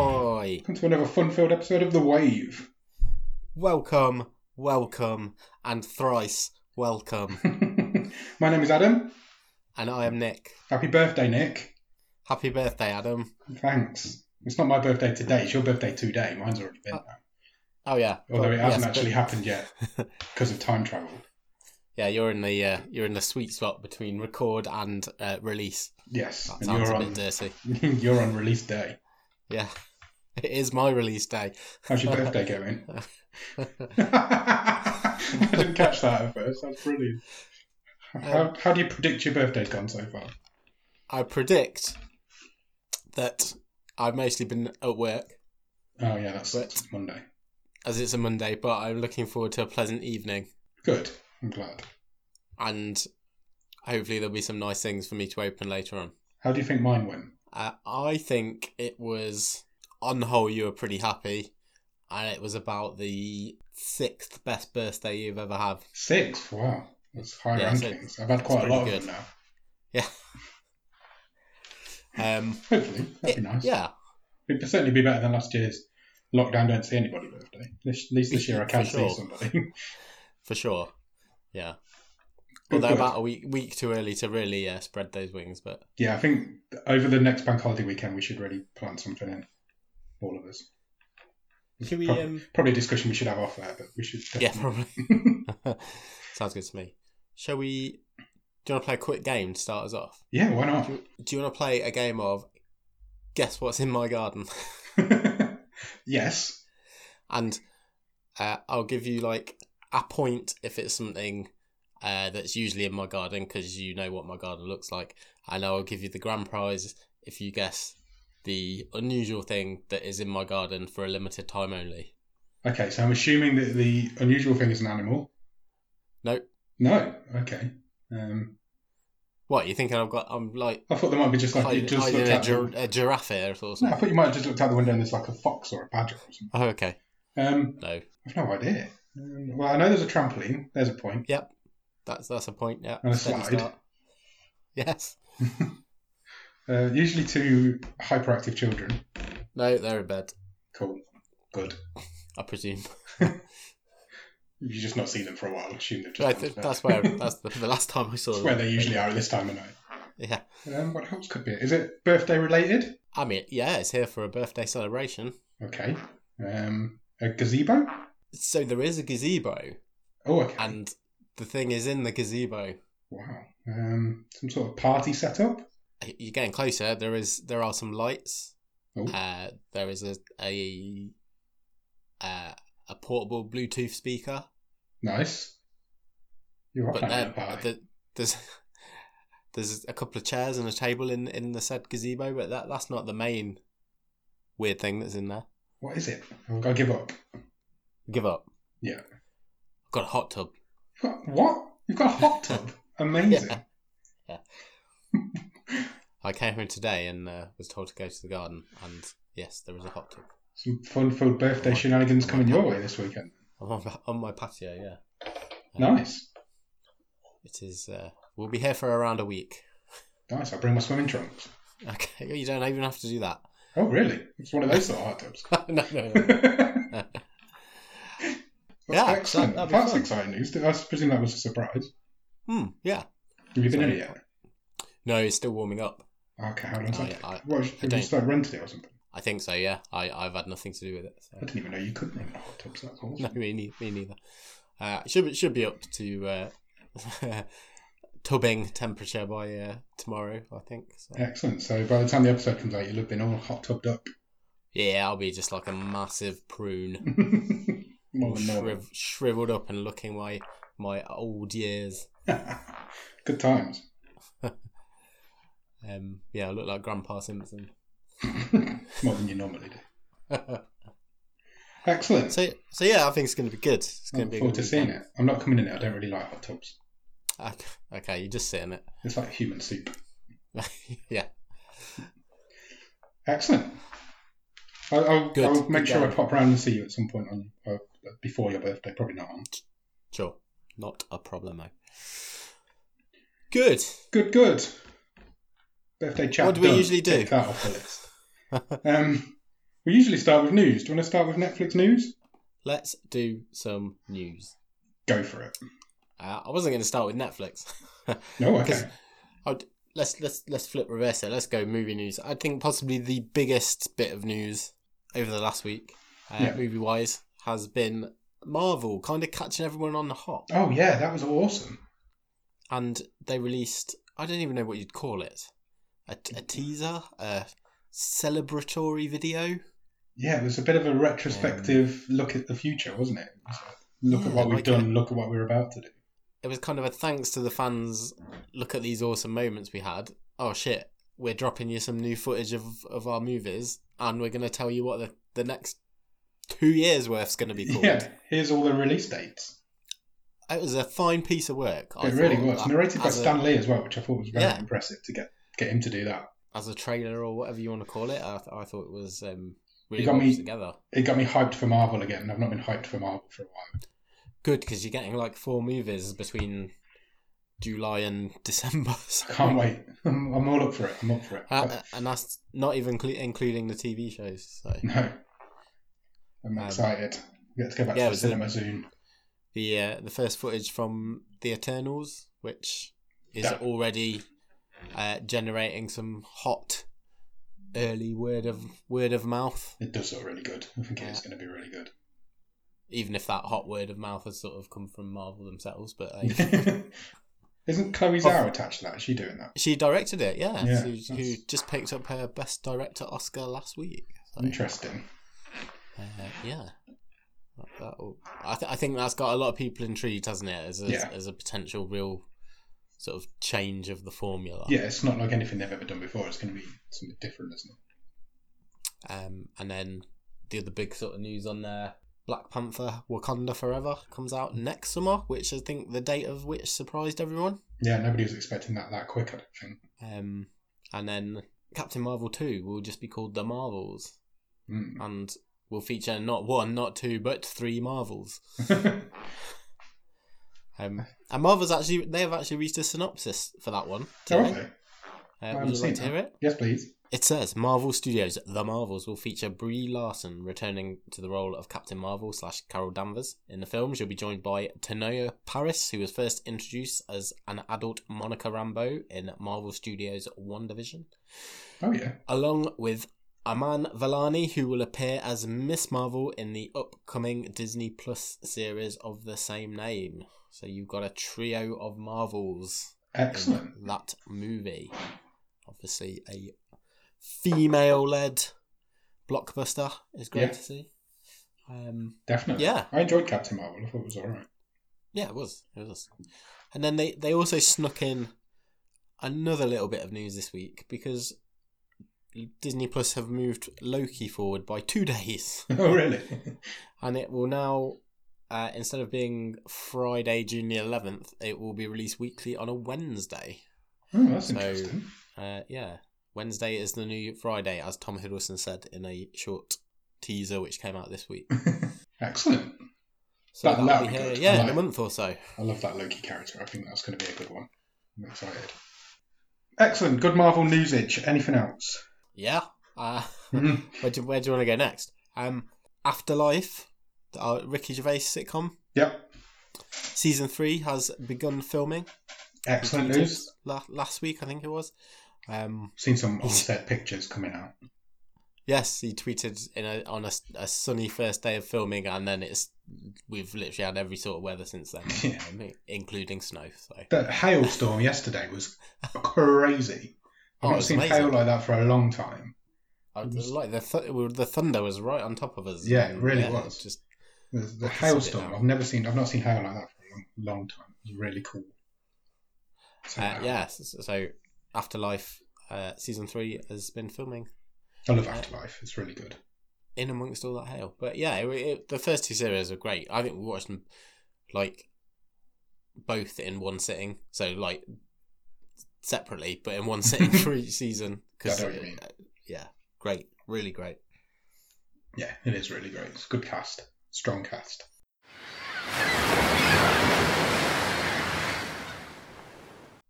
Welcome to another fun-filled episode of The Wave. Welcome, welcome, and thrice welcome. My name is Adam. and I am Nick. Happy birthday, Nick. Happy birthday, Adam. Thanks. It's not my birthday today. It's your birthday today. Mine's already been. Uh, though. Oh yeah. Although it Well, hasn't yes, actually but- happened yet because of time travel. Yeah, you're in the uh, you're in the sweet spot between record and uh, release. Yes, That and sounds you're a bit on dirty. you're on release day. Yeah. It is my release day. How's your birthday going? I didn't catch that at first. That's brilliant. Um, How, how do you predict your birthday's gone so far? I predict that I've mostly been at work Oh yeah, that's But- Monday. as it's a Monday, but I'm looking forward to a pleasant evening Good. I'm glad. and hopefully there'll be some nice things for me to open later on. How do you think mine went? Uh, I think it was, on the whole, you were pretty happy, and it was about the sixth best birthday you've ever had. Six. Wow, that's high Yeah, so rankings. I've had it's quite a lot pretty of them now. Um, Hopefully, that'd be nice. yeah, It'd certainly be better than last year's lockdown. Don't see anybody birthday. This, at least this year I can For see sure. somebody. Good, for sure. Yeah, good. although about a week week too early to really uh, spread those wings, but yeah, I think over the next bank holiday weekend we should really plan something in. All of us. can we? Probably, Um, probably a discussion we should have off air, but we should. yeah, definitely- probably. Sounds good to me. Shall we? Do you want to play a quick game to start us off? yeah. Why not? Do you want to play a game of guess what's in my garden? yes. and uh, I'll give you like a point if it's something uh, that's usually in my garden because you know what my garden looks like, and I'll give you the grand prize if you guess the unusual thing that is in my garden for a limited time only. Okay, so I'm assuming that the unusual thing is an animal. Nope. No. Okay. Um, What you thinking? I've got I'm like I thought there might be just like you hiding, just hiding looked a, out. the- gir- a giraffe here or something. No, I thought you might have just looked out the window and there's like a fox or a badger or something. Oh, okay. Um, No, I've no idea. Um, well, I know there's a trampoline. There's a point. that's that's a point. Yeah. And a steady slide. Yes. Uh, usually to hyperactive children. No, they're in bed. Cool. Good. I presume. You've just not seen them for a while. I assume they've just I gone think to bed. that's where that's the, the last time I saw That's them. where they usually are at this time of night. Yeah. Um, what else could be? Is it birthday related? I mean, yeah, it's here for a birthday celebration. Okay. Um, a gazebo? So there is a gazebo, Oh, okay. and the thing is in the gazebo. Wow. Um, some sort of party setup? You're getting closer. There is there are some lights. Oh. Uh, there is a a uh, a portable Bluetooth speaker, Nice. You are but planning no, a party. the, there's there's a couple of chairs and a table in in the said gazebo, but that that's not the main weird thing that's in there. What is it? I've got to give up. Give up. Yeah. Got a hot tub. You've got- What? You've got a hot tub? Amazing. Yeah. I came in today and uh, was told to go to the garden, and yes, there is a hot tub. Some fun-filled birthday shenanigans coming your way this weekend. I'm on, on my patio, yeah. Um, Nice. It is. Uh, we'll be here for around a week. Nice. I'll bring my swimming trunks. Okay, you don't even have to do that. Oh, really? It's one of those sort of hot tubs. no, no, no. That's Yeah, that- excellent. that'd be That's fun. exciting news. I presume that was a surprise. Hmm, yeah. Have you been in So- it yet? No, it's still warming up. Okay, how long's I- that? take? I- What, have you don't- just like rented it or something? I think so. Yeah, I I've had nothing to do with it. I So. didn't even know you could rent a hot tub. So that's awesome. No, me, ne- me neither. Uh, it should be- should be up to uh, tubbing temperature by uh, tomorrow, I think. So. Excellent. So by the time the episode comes out, you'll have been all hot tubbed up. Yeah, I'll be just like a massive prune. More than normal. shriv- shriveled up and looking my my old years. Good times. Um, yeah, I look like Grandpa Simpson. More than you normally do. Excellent. so so yeah, I think it's going to be good. It's I going look to be. a forward good Oh, to seeing weekend. it. I'm not coming in it. I don't really like hot tubs. Ah, Okay, you just sit in it. It's like human soup. yeah, Excellent. I'll, I'll, Good. I'll make Good sure I going. pop round and see you at some point on uh, before your birthday. Probably not on. sure, not a problemo. Good. Good, good. Birthday chat. What do we done. usually do? Tick that off the list. um, We usually start with news. Do you want to start with Netflix news? Let's do some news. Go for it. Uh, I wasn't going to start with Netflix. No, Because- okay. let's let's let's flip reverse it. Let's go movie news. I think possibly the biggest bit of news over the last week, uh, Yeah. movie wise, has been Marvel kind of catching everyone on the hop, Oh yeah, that was awesome. and they released I don't even know what you'd call it, a, a teaser, a celebratory video. Yeah, it was a bit of a retrospective look at the future, wasn't it? It was like, Look at Um, Yeah, what we've like done. Look at what we're about to do. It was kind of a thanks to the fans. Look at these awesome moments we had. Oh shit, we're dropping you some new footage of of our movies, and we're gonna tell you what the the next. Two years worth's going to be called. Yeah, here's all the release dates. It was a fine piece of work. I it really thought, was like, narrated by as a- Stan Lee as well, which I thought was very Yeah. impressive to get get him to do that. As a trailer or whatever you want to call it, I, th- I thought it was um, really You got well me- put together. It got me hyped for Marvel again. I've not been hyped for Marvel for a while. Good because you're getting like four movies between July and December. so- I can't wait. I'm, I'm all up for it. I'm up for it. Uh, uh, and that's not even clu- including the TV shows. So no, I'm Um, excited. We get to go back to yeah, the it was a- cinema soon. the uh, the first footage from the Eternals, which is Yeah. already uh, generating some hot early word of word of mouth. It does look really good. I think it is Yeah. going to be really good. even if that hot word of mouth has sort of come from Marvel themselves. But uh, Isn't Chloe Zhao attached to that? Is she doing that? she directed it, yeah. Yeah, who, who that's- just picked up her Best Director Oscar last week. So, Interesting. uh, yeah. That- that'll- I, th- I think that's got a lot of people intrigued, hasn't it? As a, Yeah. as a potential real sort of change of the formula. Yeah, it's not like anything they've ever done before. It's going to be something different, isn't it? Um, and then the other big sort of news on there Black Panther Wakanda Forever comes out next summer, which I think the date of which surprised everyone. Yeah, nobody was expecting that that quick. I don't think. Um, and then Captain Marvel 2 will just be called The Marvels Mm. and will feature not one, not two, but three Marvels. Um, and Marvel's actually, they have actually reached a synopsis for that one. oh, today. okay. Uh, haven't would you like seen to hear it? Yes, please. It says Marvel Studios The Marvels will feature Brie Larson returning to the role of Captain Marvel slash Carol Danvers. In the film, she'll be joined by Tanoa Paris, who was first introduced as an adult Monica Rambeau in Marvel Studios One Division. Oh yeah. along with Aman Valani, who will appear as Miss Marvel in the upcoming Disney Plus series of the same name. So you've got a trio of Marvels Excellent. in that movie. Obviously, a female-led blockbuster is great Yeah. to see. Um, Definitely. Yeah. I enjoyed Captain Marvel. I thought it was all right. yeah, it was. It was. And then they, they also snuck in another little bit of news this week because Disney Plus have moved Loki forward by two days. oh really? and it will now uh, instead of being Friday, June the eleventh, it will be released weekly on a Wednesday. Oh, that's So- interesting. Uh, yeah, Wednesday is the new Friday, as Tom Hiddleston said in a short teaser which came out this week. Excellent. So That- that'll that'll be be here, good. I yeah, in like a it. month or so. I love that Loki character. I think that's going to be a good one. I'm excited. Excellent. Good Marvel newsage. Anything else? Yeah. Uh, Mhm. where do where do you want to go next? Um, Afterlife, the, uh, Ricky Gervais sitcom, Yep. season three has begun filming. Excellent Completed news. La- last week, I think it was. Um, Seen some on-set pictures coming out. Yes, he tweeted in a, on a, a sunny first day of filming, and then it's we've literally had every sort of weather since then, Yeah. um, including snow. So That hailstorm yesterday was crazy. I've Oh, it not was seen amazing. hail like that for a long time. I was like the th- well, the thunder was right on top of us. Yeah, it really was. Just The, the I can see it hailstorm. now. I've never seen. I've not seen hail like that for a long, long time. It was really cool. So, uh, yeah. So, so afterlife uh, season three has been filming I love Afterlife. It's really good. in amongst all that hail, but yeah, it, it, the first two series were great. I think we watched them like both in one sitting. So like separately, but in one sitting for each season. uh, Yeah, I know what you mean. yeah, great, really great. Yeah, it is really great. It's a good cast. Strong cast.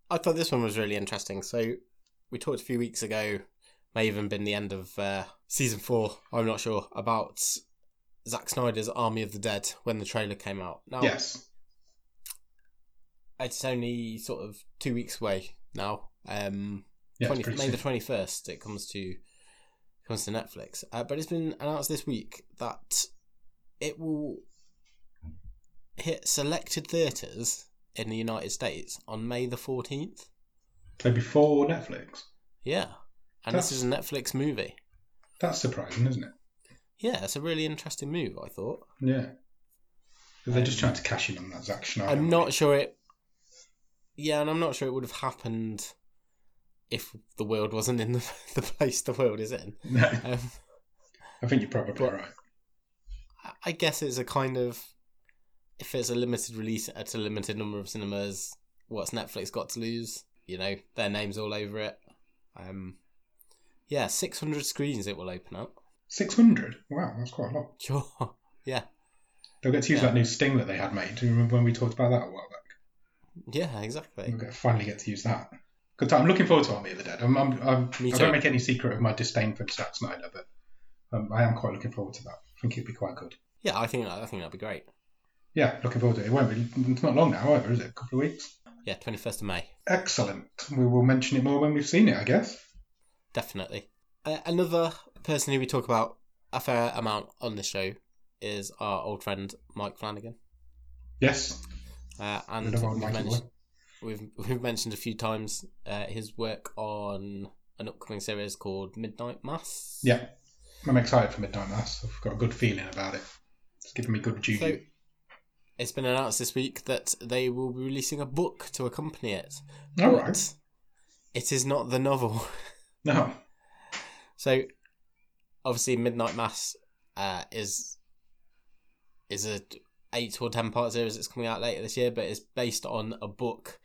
I thought this one was really interesting. So we talked a few weeks ago may even been the end of uh, season four. I'm not sure about Zack Snyder's Army of the Dead when the trailer came out. Now Yes. it's only sort of two weeks away now. Um, Yeah, it's 20, pretty May the soon. twenty first. It comes to comes to Netflix, uh, but it's been announced this week that it will hit selected theaters in the United States on May the fourteenth. So before Netflix. Yeah, and this That's- is a Netflix movie. That's surprising, isn't it? Yeah, it's a really interesting move. I thought. Yeah. They're just trying to cash in on that Zack Schneider. I'm money. not sure it. Yeah, and I'm not sure it would have happened if the world wasn't in the, the place the world is in. No, Um, I think you're probably But- right. I- I guess it's a kind of if it's a limited release at a limited number of cinemas, what's Netflix got to lose? You know, their names all over it. Um, yeah, 600 screens it will open up. Six hundred. Wow, that's quite a lot. Sure. Yeah. They'll get to use Yeah. that new sting that they had made. Do you remember when we talked about that a while back? Yeah, exactly. We'll get, finally get to use that. Good time. I'm looking forward to Army of the Dead. I'm, I'm, I'm, Me I too. don't make any secret of my disdain for Zack Snyder, but um, I am quite looking forward to that. I think it'd be quite good. Yeah, I think I think that'd be great. Yeah, looking forward to it. It won't be. It's not long now either, is it? A couple of weeks. Yeah, 21st of May. Excellent. We will mention it more when we've seen it, I guess. Definitely. Uh, another person who we talk about a fair amount on this show is our old friend Mike Flanagan. Yes. Uh, and Another old we've Mikey mentioned, boy. we've we've mentioned a few times uh, his work on an upcoming series called Midnight Mass. Yeah. I'm excited for Midnight Mass. I've got a good feeling about it. It's giving me good juju. So it's been announced this week that they will be releasing a book to accompany it. All but right. It is not the novel. No. So, obviously, Midnight Mass uh, is is a eight or ten part series that's coming out later this year, but it's based on a book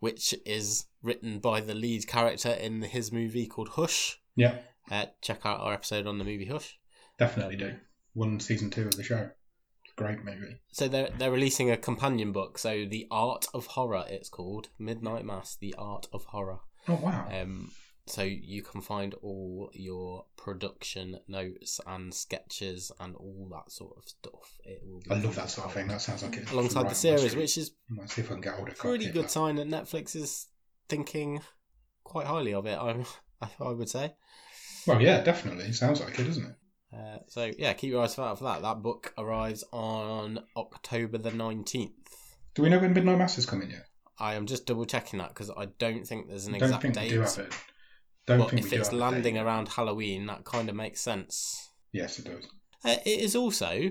which is written by the lead character in his movie called Hush. Yeah, Uh, check out our episode on the movie Hush. definitely do. One season two of the show. Great movie. So they're they're releasing a companion book. So the Art of Horror, it's called Midnight Mass: The Art of Horror. Oh wow. Um, so you can find all your production notes and sketches and all that sort of stuff. It will be I love that sort of thing. That sounds like it. alongside right the on my series, street. which is I might see if I can get hold of a copy pretty of good that. sign that Netflix is thinking quite highly of it. I'm, I, I would say. Well, yeah, definitely. Sounds like it, doesn't it? Uh, so yeah, keep your eyes out for that. That book arrives on October the nineteenth. Do we know when Midnight Mass is coming yet? I am just double checking that because I don't think there's an I exact don't think date. we do have it. Don't but think if we it's do have a landing date. around Halloween, that kind of makes sense. Yes, it does. Uh, it is also, and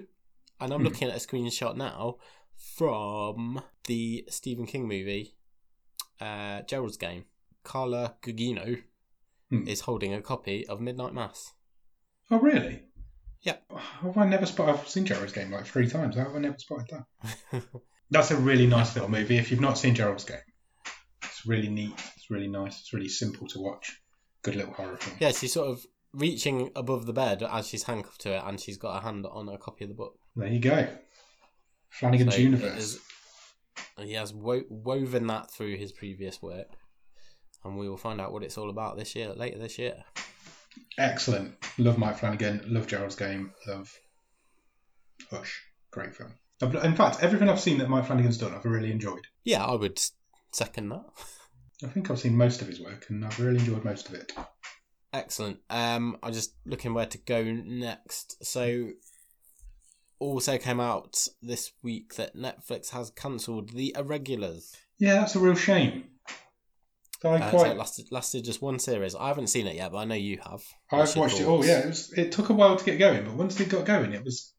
I'm Hmm. looking at a screenshot now from the Stephen King movie, uh, Gerald's Game. Carla Gugino Hmm. is holding a copy of Midnight Mass. Oh, really? Yep. How Have I never spotted? I've seen Gerald's Game like three times. How have I never spotted that? That's a really nice little movie. If you've not seen Gerald's Game, it's really neat. It's really nice. It's really simple to watch. Good little horror film. yeah, she's sort of reaching above the bed as she's handcuffed to it, and she's got her hand on a copy of the book. There you go. Flanagan's So it Universe. is- he has wo- woven that through his previous work, and we will find out what it's all about this year, later this year. Excellent. Love Mike Flanagan. Love Gerald's Game. Love Hush. Great film. I've- In fact, everything I've seen that Mike Flanagan's done, I've really enjoyed. Yeah, I would second that. I think I've seen most of his work, and I've really enjoyed most of it. Excellent. Um, I'm just looking where to go next. So, also came out this week that Netflix has cancelled The Irregulars. Yeah, that's a real shame. I Uh, so quite. it lasted, lasted just one series. I haven't seen it yet, but I know you have. What's I've your watched it all. thoughts? Yeah, it, was, it took a while to get going, but once it got going, it was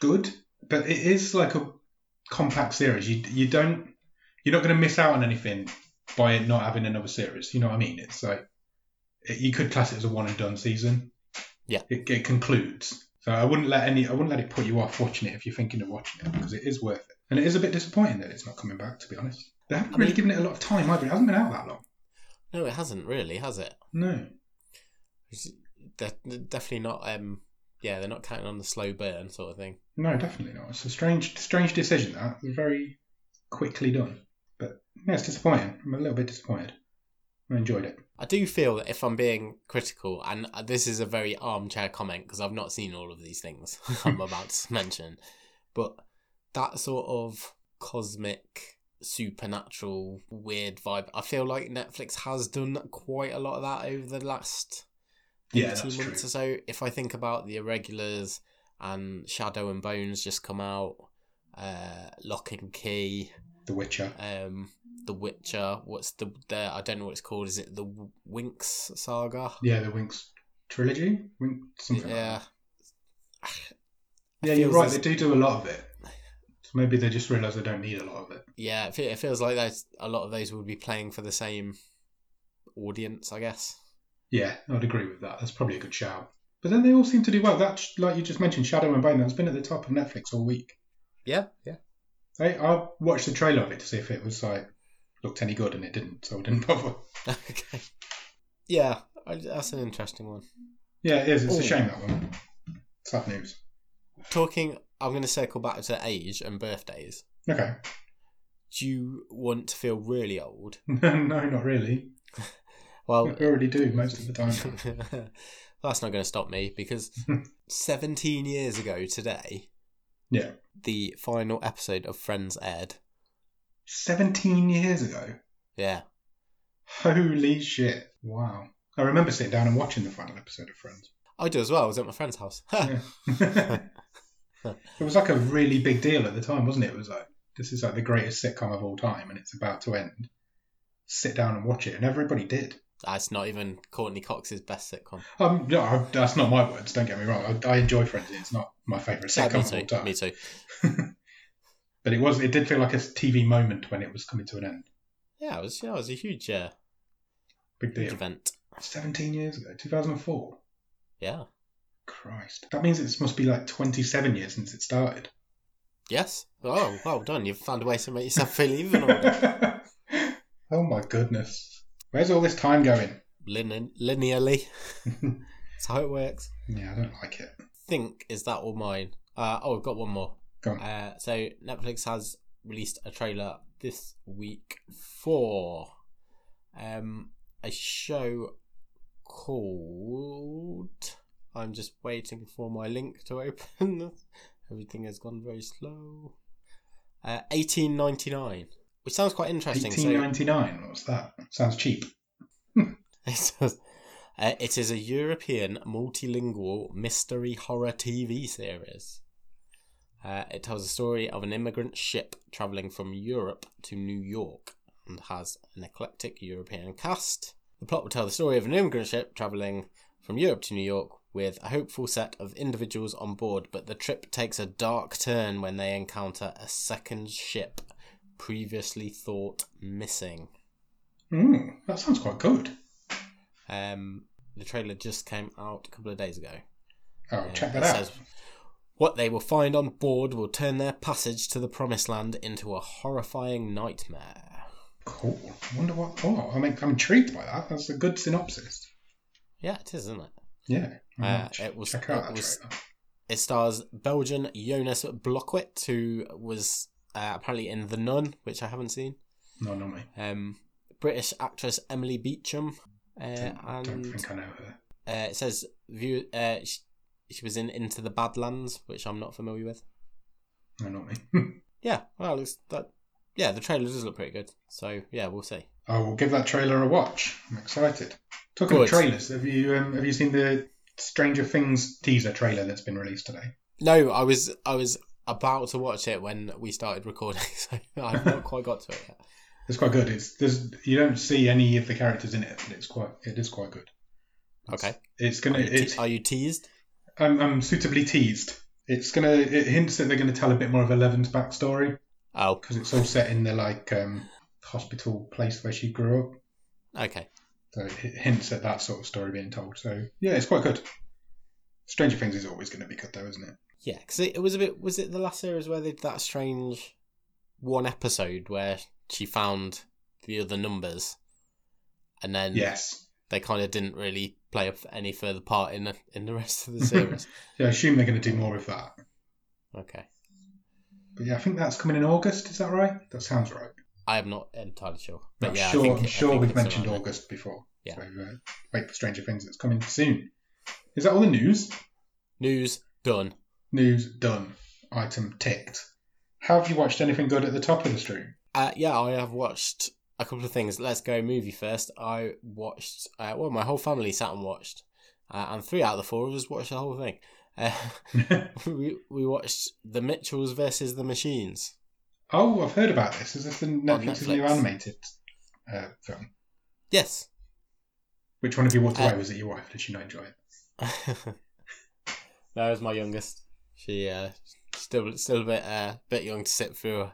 good. But it is like a compact series. You you don't you're not going to miss out on anything by it not having another series. You know what I mean? It's like it, you could class it as a one and done season. Yeah. It, it concludes. So I wouldn't let any I wouldn't let it put you off watching it if you're thinking of watching it because it is worth it. And it is a bit disappointing that it's not coming back. To be honest, they haven't I really mean- given it a lot of time either. It hasn't been out that long. No, it hasn't really, has it? No. It's- They're they're definitely not. Um, yeah, they're not counting on the slow burn sort of thing. No, definitely not. It's a strange, strange decision. That It was very quickly done, but yeah, it's disappointing. I'm a little bit disappointed. I enjoyed it. I do feel that if I'm being critical, and this is a very armchair comment because I've not seen all of these things I'm about to mention, but that sort of cosmic, supernatural, weird vibe, I feel like Netflix has done quite a lot of that over the last Yeah, 18 that's true. months or so. If I think about The Irregulars and Shadow and Bones just come out, uh, Lock and Key The Witcher. um the witcher what's the, the i don't know what it's called is it the winx saga Yeah, the Winx trilogy. Wink something. like yeah that. yeah, you're feels right. as- They do do a lot of it. So maybe they just realise they don't need a lot of it. yeah it, fe- it feels like there's a lot of those would be playing for the same audience i guess Yeah, I'd agree with that. That's probably a good shout. But then they all seem to do well. That, like you just mentioned, Shadow and Bone, that's been at the top of Netflix all week. yeah yeah I, I watched the trailer of it to see if it was like looked any good, and it didn't, so I didn't bother. okay yeah I- that's an interesting one Yeah, it is. It's Oh. a shame that one. Sad news. talking i'm going to circle back to age and birthdays Okay. do you want to feel really old no, not really. well I already do most of the time. That's not going to stop me because 17 years ago today, Yeah. the final episode of Friends aired. Seventeen years ago. Yeah, Holy shit! Wow. I remember sitting down and watching the final episode of Friends. I do as well. I was at my friend's house. Yeah. it was like a really big deal at the time, wasn't it? It was like this is like the greatest sitcom of all time, and it's about to end. Sit down and watch it, and everybody did. That's not even Courtney Cox's best sitcom. Um, no, I, that's not my words. Don't get me wrong. I, I enjoy Friends. It's not my favourite sitcom Yeah, Uh, me of all too. time. Me too. But it was. It did feel like a TV moment when it was coming to an end. Yeah, it was. Yeah, it was a huge, uh, Big huge deal. event. Seventeen years ago, two thousand and four. Yeah. Christ, that means it must be like twenty-seven years since it started. Yes. Oh, well done. You've found a way to make yourself feel even older. oh my goodness, where's all this time going? Lin- linearly. That's how it works. Yeah, I don't like it. Think is that all mine? Uh, oh, I've got one more. Go on. Uh, so Netflix has released a trailer this week for um, a show called. I'm just waiting for my link to open. Everything has gone very slow. Uh, 1899, which sounds quite interesting. Eighteen So ninety-nine. What's that? Sounds cheap. it says, uh, it is a European multilingual mystery horror TV series. Uh, it tells the story of an immigrant ship traveling from Europe to New York and has an eclectic European cast. The plot will tell the story of an immigrant ship traveling from Europe to New York with a hopeful set of individuals on board, but the trip takes a dark turn when they encounter a second ship previously thought missing. Mm, that sounds quite good. Um, the trailer just came out a couple of days ago. Oh, Uh, check that it out. says, what they will find on board will turn their passage to the promised land into a horrifying nightmare. Cool. Wonder what? Oh, I mean, I'm intrigued by that. That's a good synopsis. Yeah, it is, isn't it? Yeah. Uh, Ch- it was- check out it that was- trailer. It stars Belgian Jonas Blokwit, who was uh, apparently in The Nun, which I haven't seen. No, not me. Um, British actress Emily Beecham, uh, don't, don't and think I know her. uh, it says view. Uh, she, she was in Into the Badlands, which I'm not familiar with. No, not me. Yeah, well, it looks that. Yeah, the trailer does look pretty good. So yeah, we'll see. I will give that trailer a watch. I'm excited. Talking Good. of trailers, have you um, have you seen the Stranger Things teaser trailer that's been released today? No, I was I was about to watch it when we started recording, so I've not quite got to it yet. It's quite good. It's there's you don't see any of the characters in it, but it's quite it is quite good. Okay. It's gonna Are you, te- it's are you teased? I'm, I'm suitably teased. It's gonna it hints that they're gonna tell a bit more of Eleven's backstory Oh, because it's all set in the like um, hospital place where she grew up. okay. So it h- hints at that sort of story being told. So yeah, it's quite good. Stranger Things is always going to be good though, isn't it? Yeah, because it, it was a bit. Was it the last series where they did that strange one episode where she found the other numbers, and then Yes. they kind of didn't really play up any further part in the, in the rest of the series. Yeah, I assume they're going to do more of that. okay. But yeah, I think that's coming in August. Is that right? That sounds right. I am not entirely sure, I'm but yeah, sure, I think, I'm it- I sure think we've it's around mentioned there. August before. Yeah. So uh, wait for Stranger Things. It's coming soon. Is that all the news? News done. News done. Item ticked. Have you watched anything good at the top of the stream? Uh, yeah, I have watched a couple of things. Let's go movie first. I watched, uh, well, my whole family sat and watched, uh, and three out of the four of us watched the whole thing. Uh, we we watched The Mitchells versus the Machines. oh, I've heard about this. Is this the Netflix's new Netflix. animated uh, film? Yes. Which one of you walked Uh, away? Was it your wife? Did she not enjoy it? that was my youngest. She uh, still still a bit uh, bit young to sit through a,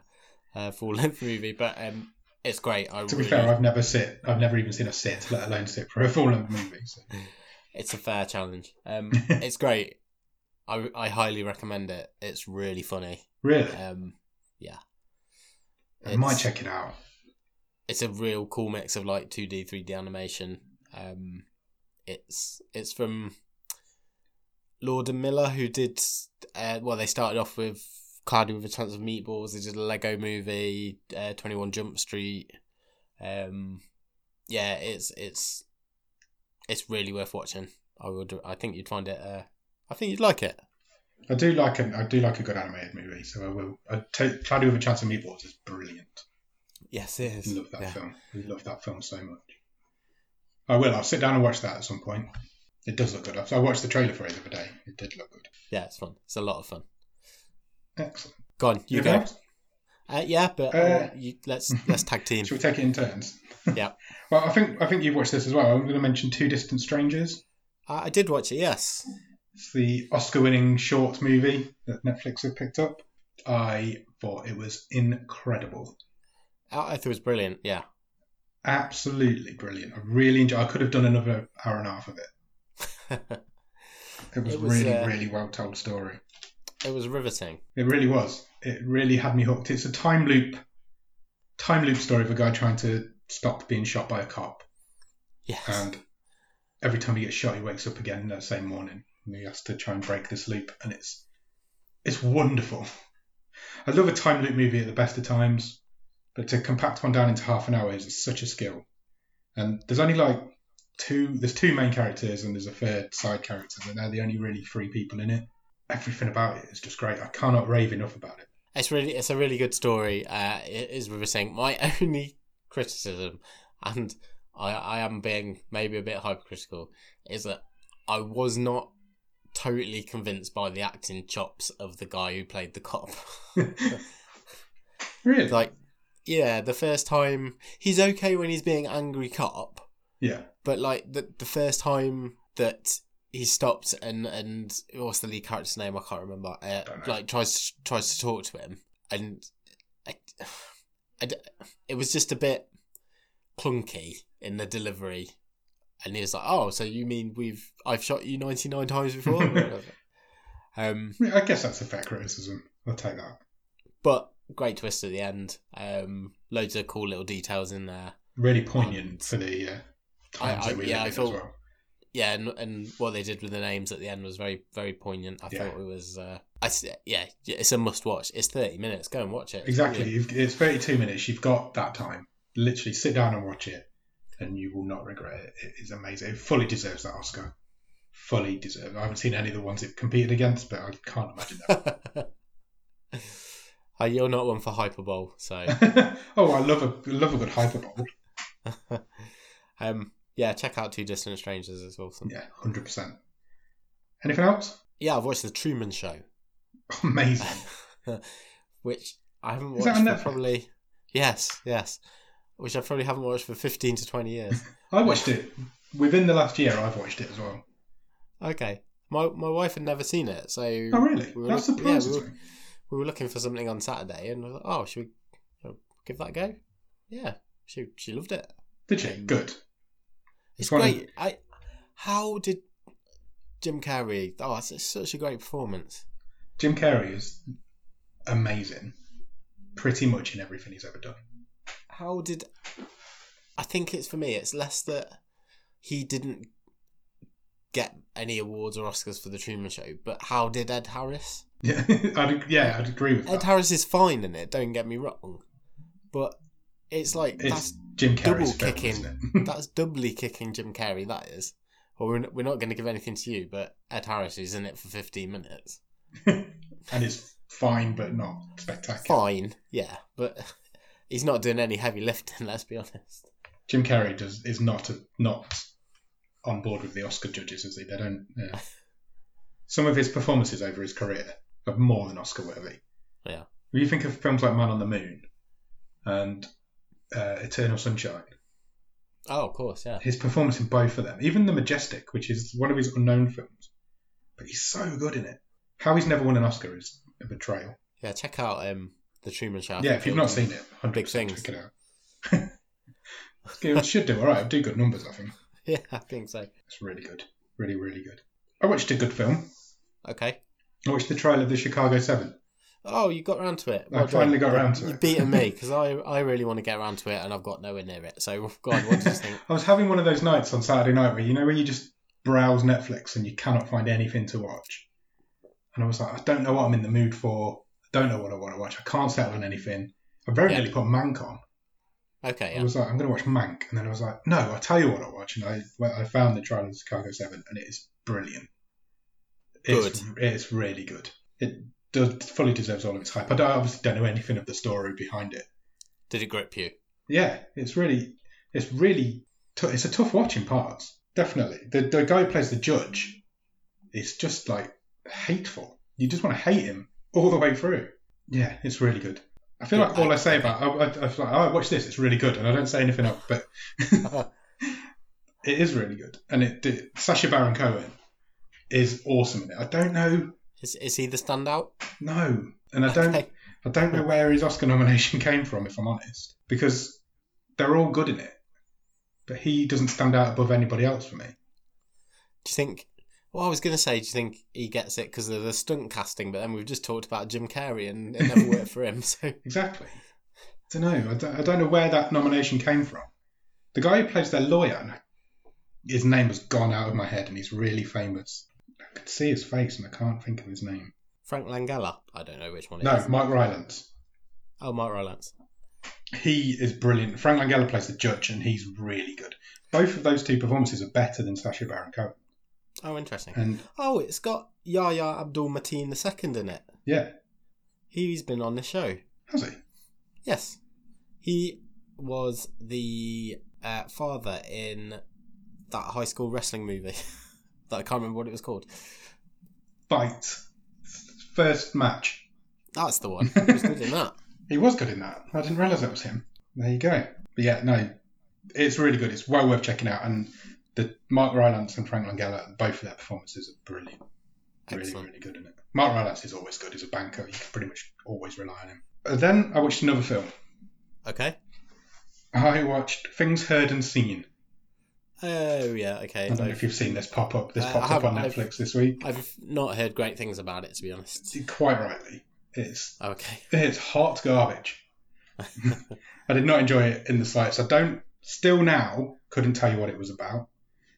a full length movie, but um, it's great. I To be really, fair, I've never sit. I've never even seen a sit, let alone sit for a full-length movie. So. it's a fair challenge. Um, it's great. I I highly recommend it. It's really funny. Really, Um, I might it's- check it out. it's a real cool mix of like 2D 3D animation um it's it's from Lord and Miller who did uh, well they started off with Cardi with a chance of meatballs they did a Lego movie uh, 21 Jump Street um yeah it's it's it's really worth watching I would I think you'd find it uh I think you'd like it I do like an I do like a good animated movie, so I will. I take Cloudy with a Chance of Meatballs is brilliant. yes it is Love that yeah. film. We love that film so much. I will. I'll sit down and watch that at some point. It does look good. I I watched the trailer for it the other day. It did look good. yeah it's fun it's a lot of fun Excellent. go on you Anything go else? uh, yeah but uh, Uh, you, let's let's tag team Shall we take it in turns? Yeah. well, I think I think you've watched this as well. I'm going to mention Two Distant Strangers. I I did watch it. Yes. It's the Oscar-winning short movie that Netflix have picked up. I thought it was incredible. I I thought it was brilliant. Yeah. Absolutely brilliant. I really enjoy. I could have done another hour and a half of it. it It was, It was, really, uh, really well told story. was riveting. It really was. It really had me hooked. It's a time loop, time loop story of a guy trying to stop being shot by a cop, Yes. and every time he gets shot, he wakes up again that same morning, and he has to try and break this loop. And it's it's wonderful. I love a time loop movie at the best of times, but to compact one down into half an hour is such a skill. And there's only like two. There's two main characters and there's a third side character, and they're the only really three people in it. Everything about it is just great. I cannot rave enough about it. it's really, it's a really good story. Uh, it is riveting. My only criticism, and I, I am being maybe a bit hypercritical, is that I was not totally convinced by the acting chops of the guy who played the cop. Really? like, yeah, the first time he's okay when he's being angry cop, yeah. but like the the first time that he stopped and and what's the lead character's name I can't remember uh, Don't know. like tries to, tries to talk to him and I, I d- it was just a bit clunky in the delivery and he was like oh so you mean we've I've shot you 99 times before um I guess that's a fair criticism. I'll take that. but great twist at the end um loads of cool little details in there Really poignant for the uh, times I- that we live yeah, I in thought- as well. yeah, and, and what they did with the names at the end was very, very poignant. I Yeah. thought it was, uh, I s- yeah, it's a must watch. It's thirty minutes. Go and watch it. It's Exactly. brilliant. You've, it's 32 minutes. You've got that time. Literally sit down and watch it, and you will not regret it. It is amazing. It fully deserves that Oscar. Fully deserved. I haven't seen any of the ones it competed against, but I can't imagine Uh, you're not one for hyperbole, so that. oh, I love a love a good hyperbole. um, yeah, check out Two Distant Strangers. It's awesome. Yeah. Yeah, hundred percent. Anything else? I've watched the Truman Show, Amazing. which I haven't Is watched that for on Netflix? probably yes, yes, which I probably haven't watched for fifteen to twenty years. I watched it within the last year. I've watched it as well. okay, my my wife had never seen it, so Oh, really? we were That look- yeah, surprises we were- me. we were looking for something on Saturday, and I was like, "Oh, should we uh, give that a go?" Yeah, she she loved it. Did you? Um, Good. It's one of- great. I how did Jim Carrey? Oh, it's it's such a great performance. Jim Carrey is amazing, pretty much in everything he's ever done. How did? I think it's for me. It's less that he didn't get any awards or Oscars for the Truman Show, but how did Ed Harris? Yeah, I'd, yeah, I'd agree with Ed that. Harris is fine in it. Don't get me wrong, but It's like It's that's Jim Carrey's film, double kicking. isn't it? that's doubly kicking Jim Carrey. That is. Well, we're, we're not going to give anything to you, but Ed Harris is in it for 15 minutes. and it's fine but not spectacular. Fine, yeah, but he's not doing any heavy lifting. Let's be honest. Jim Carrey does is not a, not on board with the Oscar judges, is he? They don't. Yeah. Some of his performances over his career are more than Oscar worthy. Yeah. When you think of films like Man on the Moon and uh, Eternal Sunshine, Oh, of course, yeah. his performance in both of them, even The Majestic, which is one of his unknown films, but he's so good in it. How he's never won an Oscar is a betrayal. Yeah, check out um the Truman Show. I yeah, think if you've it'll not be- seen it, 100% Big things. check it out. it should do all right. It'll do good numbers, I think. Yeah, I think so. It's really good. Really, really good. I watched a good film. Okay. I watched the trial of the Chicago Seven. Oh, you got around to it. I finally got round to you it. beaten me because I, I really want to get around to it and I've got nowhere near it. So, God, what do you think? I was having one of those nights on Saturday night where you know where you just browse Netflix and you cannot find anything to watch. And I was like, I don't know what I'm in the mood for. I don't know what I want to watch. I can't settle on anything. I very Yeah. nearly put Mank on. Okay, I yeah. was like, I'm going to watch Mank, and then I was like, no, I'll tell you what I watch, and I well, I found the Trial of the Chicago Seven, and it is brilliant. It's, It's really good. It does fully deserves all of its hype. I, don't, I obviously don't know anything of the story behind it. Did it grip you? Yeah, it's really, it's really, t- it's a tough watch in parts. Definitely, the the guy who plays the judge, is just like hateful. You just want to hate him all the way through. Yeah, it's really good. I feel Good. like all I say about I, I, I feel like, oh, watch this, it's really good, and I don't say anything else. But it is really good, and it, it Sasha Baron Cohen is awesome in it. I don't know, Is, is he the standout? no, and I don't, Okay. I don't know where his Oscar nomination came from, if I'm honest, because they're all good in it, but he doesn't stand out above anybody else for me. Do you think? Well, I was going to say, do you think he gets it because of the stunt casting? But then we've just talked about Jim Carrey and it never worked for him. So, Exactly. I don't know. I don't, I don't know where that nomination came from. The guy who plays their lawyer, and I- his name has gone out of my head, and he's really famous. I could see his face, and I can't think of his name. Frank Langella. I don't know which one it No, is. Mike Rylance. Oh, Mark Rylance. He is brilliant. Frank Langella plays the judge, and he's really good. Both of those two performances are better than Sacha Baron Cohen. Oh, interesting. And Oh, it's got Yahya Abdul Mateen II in it. yeah, He's been on the show. has he? Yes. He was the uh, father in that high school wrestling movie that I can't remember what it was called. Fight. First match. That's the one. He was good in that. He was good in that. I didn't realise that was him. There you go. But yeah, no, it's really good. It's well worth checking out. And the Mark Rylance and Frank Langella, both of their performances are brilliant. Really, Excellent. really good in it. Mark Rylance is always good. He's a banker. You can pretty much always rely on him. But then I watched another film. Okay. I watched Things Heard and Seen. Oh, yeah, I okay. don't know No, if you've seen this pop up. This Uh, popped I up on haven't. Netflix this week. I've not heard great things about it, to be honest. Oh, Quite rightly. It's Okay. It's hot garbage. I did not enjoy it in the slightest. I don't. Still now, couldn't tell you what it was about.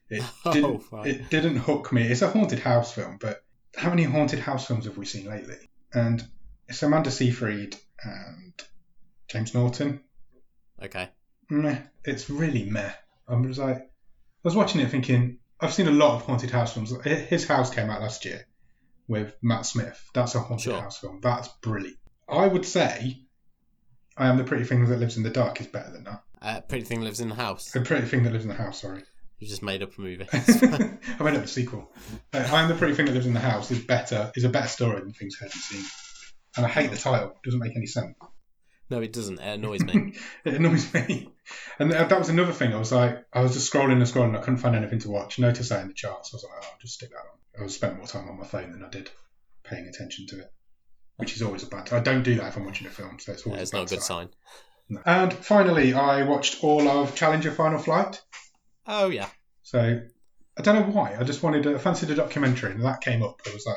It Oh, didn't. right. It didn't hook me. It's a haunted house film, but how many haunted house films have we seen lately? And it's Amanda Seyfried and James Norton. Okay. Meh. It's really meh. I was like, I was watching it thinking, I've seen a lot of haunted house films. His house came out last year with Matt Smith. That's a haunted Sure. house film. That's brilliant. I would say, I am the pretty thing that lives in the dark is better than that. Uh, Pretty Thing Lives in the House. The pretty thing that lives in the house. Sorry, You just made up a movie. I made up a sequel. Uh, I am the pretty thing that lives in the house is better. Is a better story than things I haven't seen. And I hate the title. It doesn't make any sense. no, it doesn't. It annoys me. It annoys me. And th- that was another thing. I was like, I was just scrolling and scrolling. I couldn't find anything to watch. Notice that in the charts. I was like, oh, I'll just stick that on. I spent more time on my phone than I did paying attention to it, which is always a bad. I don't do that if I'm watching a film, so it's Yeah, always Uh, it's a bad not a good sign. sign. No. And finally, I watched all of Challenger Final Flight. Oh, yeah. So I don't know why. I just wanted, a, I fancied a documentary, and that came up. I was like,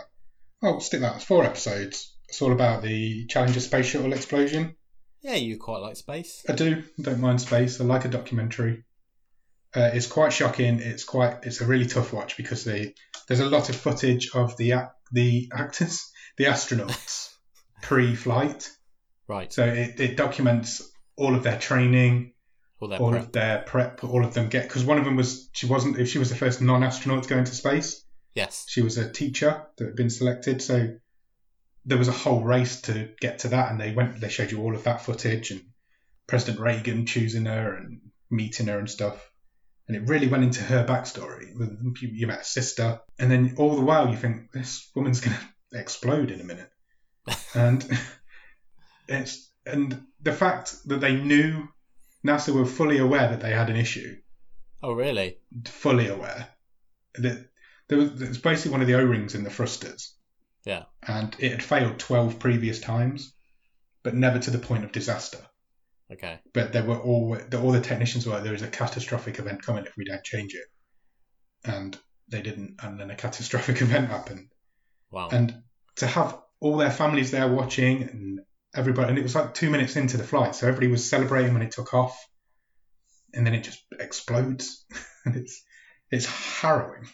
oh, stick that. It's four episodes. It's all about the Challenger space shuttle explosion. Yeah, you quite like space. I do. I don't mind space. I like a documentary. Uh, it's quite shocking. It's quite. It's a really tough watch because they, there's a lot of footage of the ac- the actors, the astronauts, pre-flight. Right. So it, it documents all of their training, All that all prep. of their prep, all of them get because one of them was she wasn't if she was the first non-astronaut to go into space. Yes. She was a teacher that had been selected, so there was a whole race to get to that, and they went. They showed you all of that footage and President Reagan choosing her and meeting her and stuff. And it really went into her backstory. With you, you met a sister, and then all the while you think this woman's gonna explode in a minute. and it's and the fact that they knew NASA were fully aware that they had an issue, Oh, really? fully aware. That there was it's basically one of the O rings in the thrusters. Yeah. And it had failed twelve previous times, but never to the point of disaster Okay. but there were all the, all the technicians were like, there is a catastrophic event coming if we don't change it, and they didn't, and then a catastrophic event happened, Wow. and to have all their families there watching and everybody, and it was like two minutes into the flight, so everybody was celebrating when it took off, and then it just explodes, and it's it's harrowing.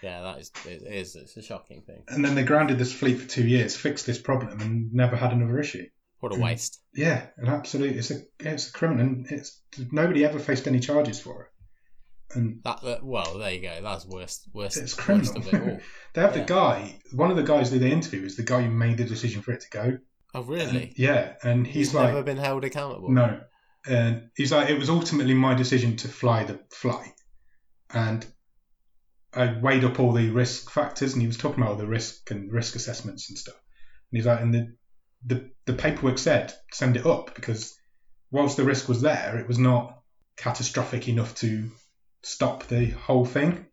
yeah, that is it is it's a shocking thing. And then they grounded this fleet for two years, fixed this problem, and never had another issue. What a Mm. waste. Yeah, an absolute. It's a it's a criminal, and it's nobody ever faced any charges for it, and. That, that well, there you go. That's worst worst, It's worst criminal. of it all. They have Yeah. the guy. One of the guys who they interview is the guy who made the decision for it to go. Oh, And- really? yeah, and he's, He's like, never been held accountable. no, and he's like, it was ultimately my decision to fly the flight, and I weighed up all the risk factors, and he was talking about all the risk and risk assessments and stuff, and he's like, and the the the paperwork said send it up because whilst the risk was there, it was not catastrophic enough to stop the whole thing.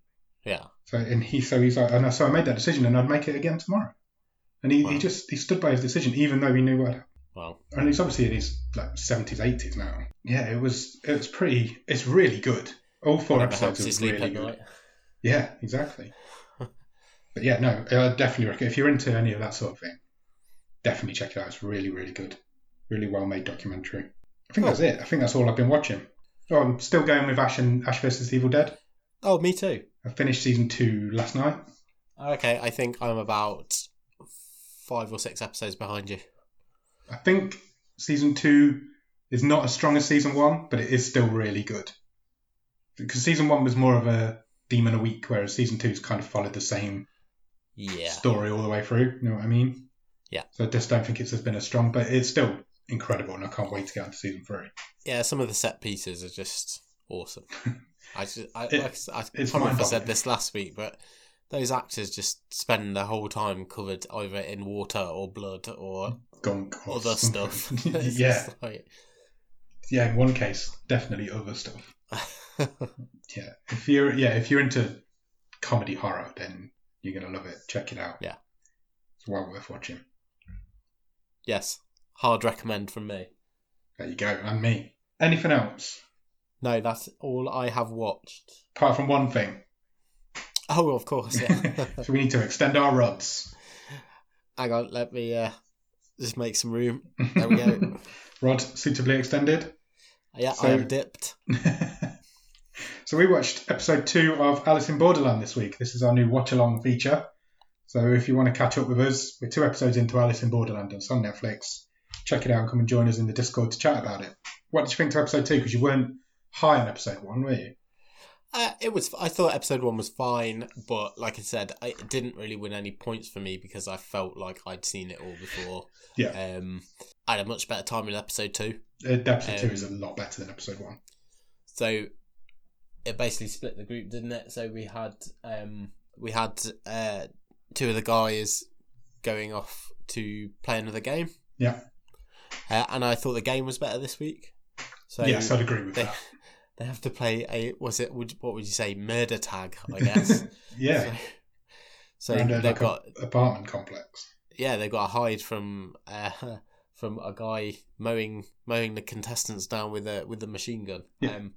Yeah. So and he so he's like and I- so I made that decision and I'd make it again tomorrow. And he, Wow. he just he stood by his decision even though he knew what happened. Well, And he's obviously in his like seventies, eighties now. Yeah, it was it was pretty it's really good. All four never helps episodes are you sleep really at good. night. Yeah, exactly. but yeah, no, I definitely reckon if you're into any of that sort of thing, definitely check it out. It's really, really good. Really well made documentary. I think Cool. that's it. I think that's all I've been watching. Oh, I'm still going with Ash and Ash versus Evil Dead. Oh, me too. I finished season two last night. Okay, I think I'm about five or six episodes behind you. I think season two is not as strong as season one, but it is still really good. Because season one was more of a demon a week, whereas season two's kind of followed the same Yeah. story all the way through. You know what I mean? Yeah. So I just don't think it's as been as strong, but it's still incredible, and I can't wait to get into season three. Yeah, some of the set pieces are just awesome. I just, I, It- like I, said- I it's can't remember if I said mind-boggling. this last week, but those actors just spend their whole time covered either in water or blood or Gunk. or other something. stuff. It's yeah. just like- Yeah. In one case, definitely other stuff. Yeah. If you're yeah, if you're into comedy horror, then you're gonna love it. Check it out. Yeah. It's well worth watching. yes, hard recommend from me. There you go. And me. Anything else? No, that's all I have watched. apart from one thing. Oh, of course, yeah. so we need to extend our rods. Hang on, let me uh, just make some room. There we go. Rod suitably extended. Yeah, So- I am dipped. so we watched episode two of Alice in Borderland this week. This is our new watch along feature. So if you want to catch up with us, we're two episodes into Alice in Borderland and it's on Netflix. Check it out and come and join us in the Discord to chat about it. What did you think to episode two? Because you weren't high on episode one, were you? Uh, it was. I thought episode one was fine, but like I said, I, it didn't really win any points for me because I felt like I'd seen it all before. Yeah. Um, I had a much better time in episode two, Uh, Episode two Um, is a lot better than episode one. so it basically split the group, didn't it? So we had um, we had uh, two of the guys going off to play another game. Yeah. Uh, and I thought the game was better this week. So yes, I'd agree with they that. they have to play a was it would what would you say murder tag I guess. yeah, So, so Around a- they've like a- got apartment complex. yeah they've got to hide from uh, from a guy mowing mowing the contestants down with a with a machine gun. Yeah. Um,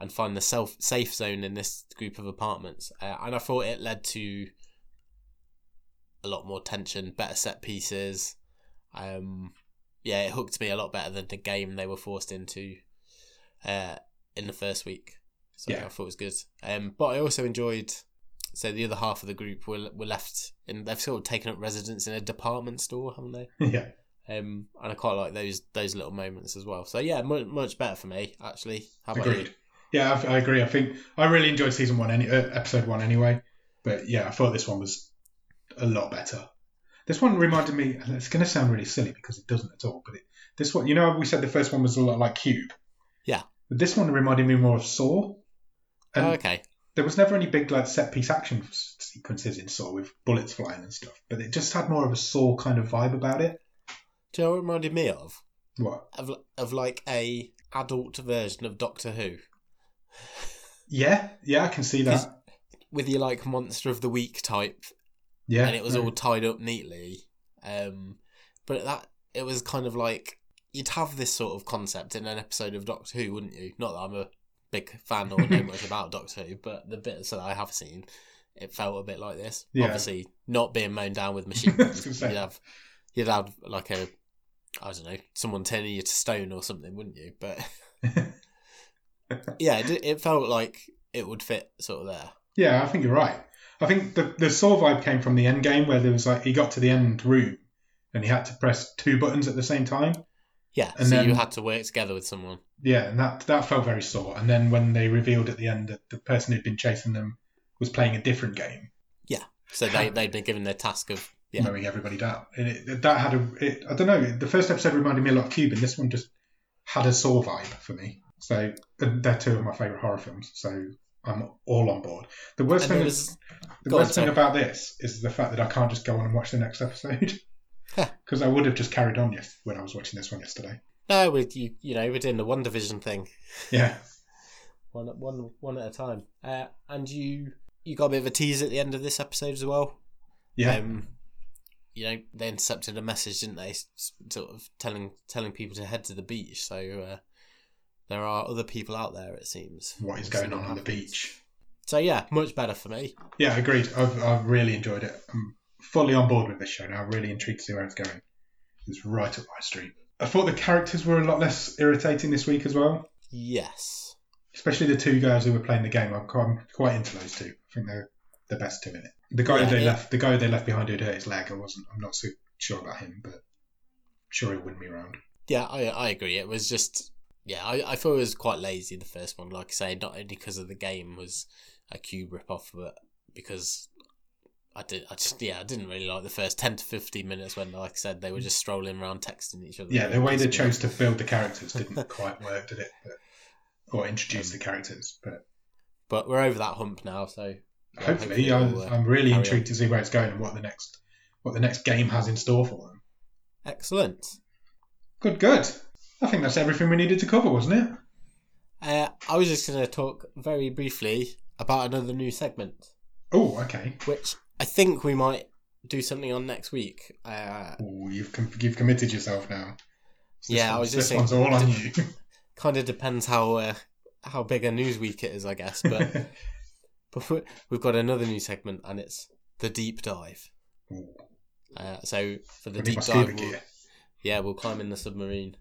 and find the self safe zone in this group of apartments. Uh, and I thought it led to a lot more tension, better set pieces. Um, yeah, it hooked me a lot better than the game they were forced into uh, in the first week. So Yeah. I thought it was good. Um, but I also enjoyed. So the other half of the group were were left, and they've sort of taken up residence in a department store, haven't they? yeah, Um, and I quite like those those little moments as well. So yeah, much, much better for me actually. How about you? Agreed. Yeah, I, I agree. I think I really enjoyed season one, any, uh, episode one anyway. But yeah, I thought this one was a lot better. This one reminded me, and it's going to sound really silly because it doesn't at all, but it, this one, you know, how we said the first one was a lot like Cube. Yeah. But this one reminded me more of Saw. And Oh, okay. there was never any big like set piece action s- sequences in Saw with bullets flying and stuff, but it just had more of a Saw kind of vibe about it. Do you know what it reminded me of? What? Of of like a adult version of Doctor Who. Yeah, yeah, I can see Is- that. with your like monster of the week type, Yeah. and it was no. all tied up neatly. Um, but that it was kind of like you'd have this sort of concept in an episode of Doctor Who, wouldn't you? Not that I'm a big fan or know much about Doctor Who, but the bits that I have seen, it felt a bit like this. Yeah. Obviously, not being mown down with machine I was guns, gonna you'd say. have you'd have like a I don't know someone turning you to stone or something, wouldn't you? But yeah, it, it felt like it would fit sort of there. Yeah, I think you're right. I think the the Saw vibe came from the end game where there was like he got to the end room and he had to press two buttons at the same time. Yeah, And so you then- had to work together with someone. Yeah, and that that felt very Saw. And then when they revealed at the end that the person who'd been chasing them was playing a different game, So they they'd been given their task of yeah. mowing everybody down, and it, that had a it, I don't know. The first episode reminded me a lot of Cube, and this one just had a Saw vibe for me. So and they're two of my favorite horror films. So I'm all on board. The worst and thing there is. was The Go on, worst thing sorry. about this is the fact that I can't just go on and watch the next episode Huh. because I would have just carried on yes- when I was watching this one yesterday. no, we you you know we're doing the one division thing Yeah, one one one at a time. Uh, and you you got a bit of a tease at the end of this episode as well. yeah, Um, you know they intercepted a message, didn't they? s- Sort of telling telling people to head to the beach. So uh, there are other people out there. It seems. what is We'll see going on what on the happens. beach? So yeah, much better for me. Yeah, agreed. I've I've really enjoyed it. I'm fully on board with this show now. I'm really intrigued to see where it's going. It's right up my street. I thought the characters were a lot less irritating this week as well, Yes. especially the two guys who were playing the game. I'm, quite- I'm quite into those two. I think they're the best two in it. The guy Yeah, who they it- left, the guy who they left behind who'd hurt his leg. I wasn't. I'm not so sure about him, but sure he'll win me round. Yeah, I I agree. It was just yeah, I, I thought it was quite lazy the first one. Like I say, not only because of the game was a cube ripoff, but because I did I just yeah I didn't really like the first ten to fifteen minutes when like I said they were just strolling around texting each other. Yeah, the way they chose to build the characters didn't quite work, did it? But, or introduce the characters. But But we're over that hump now, so yeah, hopefully, it'll, uh, I, I'm really carry intrigued to see where it's going and what the next what the next game has in store for them. excellent. Good, good. I think that's everything we needed to cover, wasn't it? Uh, I was just going to talk very briefly about another new segment, Oh, okay. which I think we might do something on next week. Uh, Oh, you've com- you've committed yourself now. This Yeah, I one's- was just this one's all on you. kind of depends how uh, how big a news week it is, I guess. But, but we- we've got another new segment, and it's the deep dive. Ooh, Uh, so for I the need deep my scuba dive, we'll, gear. yeah, we'll climb in the submarine,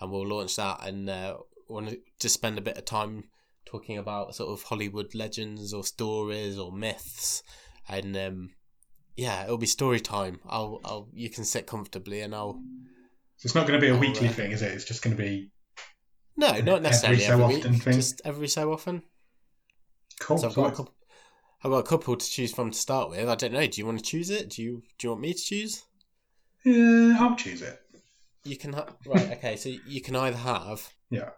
and we'll launch that, and uh, want to just spend a bit of time talking about sort of Hollywood legends or stories or myths, and um, yeah, it'll be story time. I'll, I'll, you can sit comfortably, and I'll. So it's not going to be a I'll, weekly uh, thing, is it? It's just going to be No, not Every necessarily so every, often week, thing. just every so often. cool. So I've So got a what- couple. I've got a couple to choose from to start with. I don't know. Do you want to choose it? Do you Do you want me to choose? Yeah, I'll choose it. You can ha- right. Okay, so you can either have Yeah.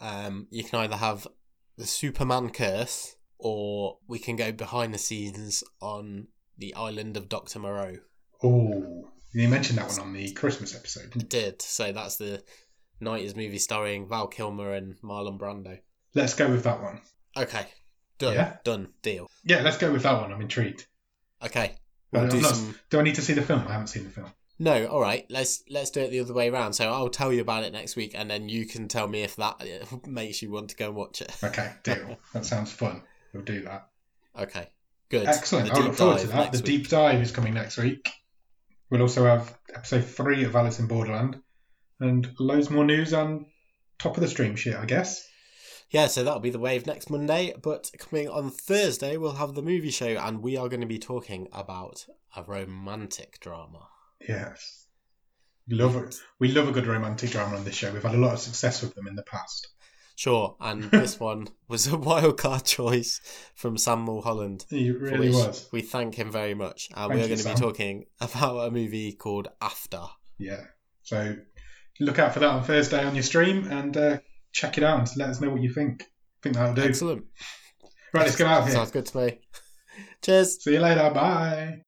Um, you can either have the Superman curse, or we can go behind the scenes on the island of Doctor Moreau. Oh, you mentioned that one on the Christmas episode. didn't you? Did so that's the '90s movie starring Val Kilmer and Marlon Brando. Let's go with that one. Okay, done, Yeah. done, deal. Yeah, let's go with that one. I'm intrigued. Okay, Uh, we'll do I'm not- some. Do I need to see the film? I haven't seen the film. No, all right. Let's let's do it the other way around. So I'll tell you about it next week, and then you can tell me if that makes you want to go and watch it. Okay, deal. that sounds fun. We'll do that. Okay, good. Excellent. The I deep look forward to dive that. next The week. deep dive is coming next week. We'll also have episode three of Alice in Borderland and loads more news and top of the stream shit, I guess. Yeah, so that'll be the wave next Monday. But coming on Thursday, we'll have the movie show, and we are going to be talking about a romantic drama. Yes. Love it. We love a good romantic drama on this show. We've had a lot of success with them in the past. Sure, and this one was a wild card choice from Sam Mulholland. It for really which was. We thank him very much. And Thank we're you, going to be Sam. talking about a movie called After. Yeah. So look out for that on Thursday on your stream and uh, check it out and let us know what you think. I think that'll do. Excellent. Right, let's get out of here. Sounds good to me. Cheers. See you later. Bye.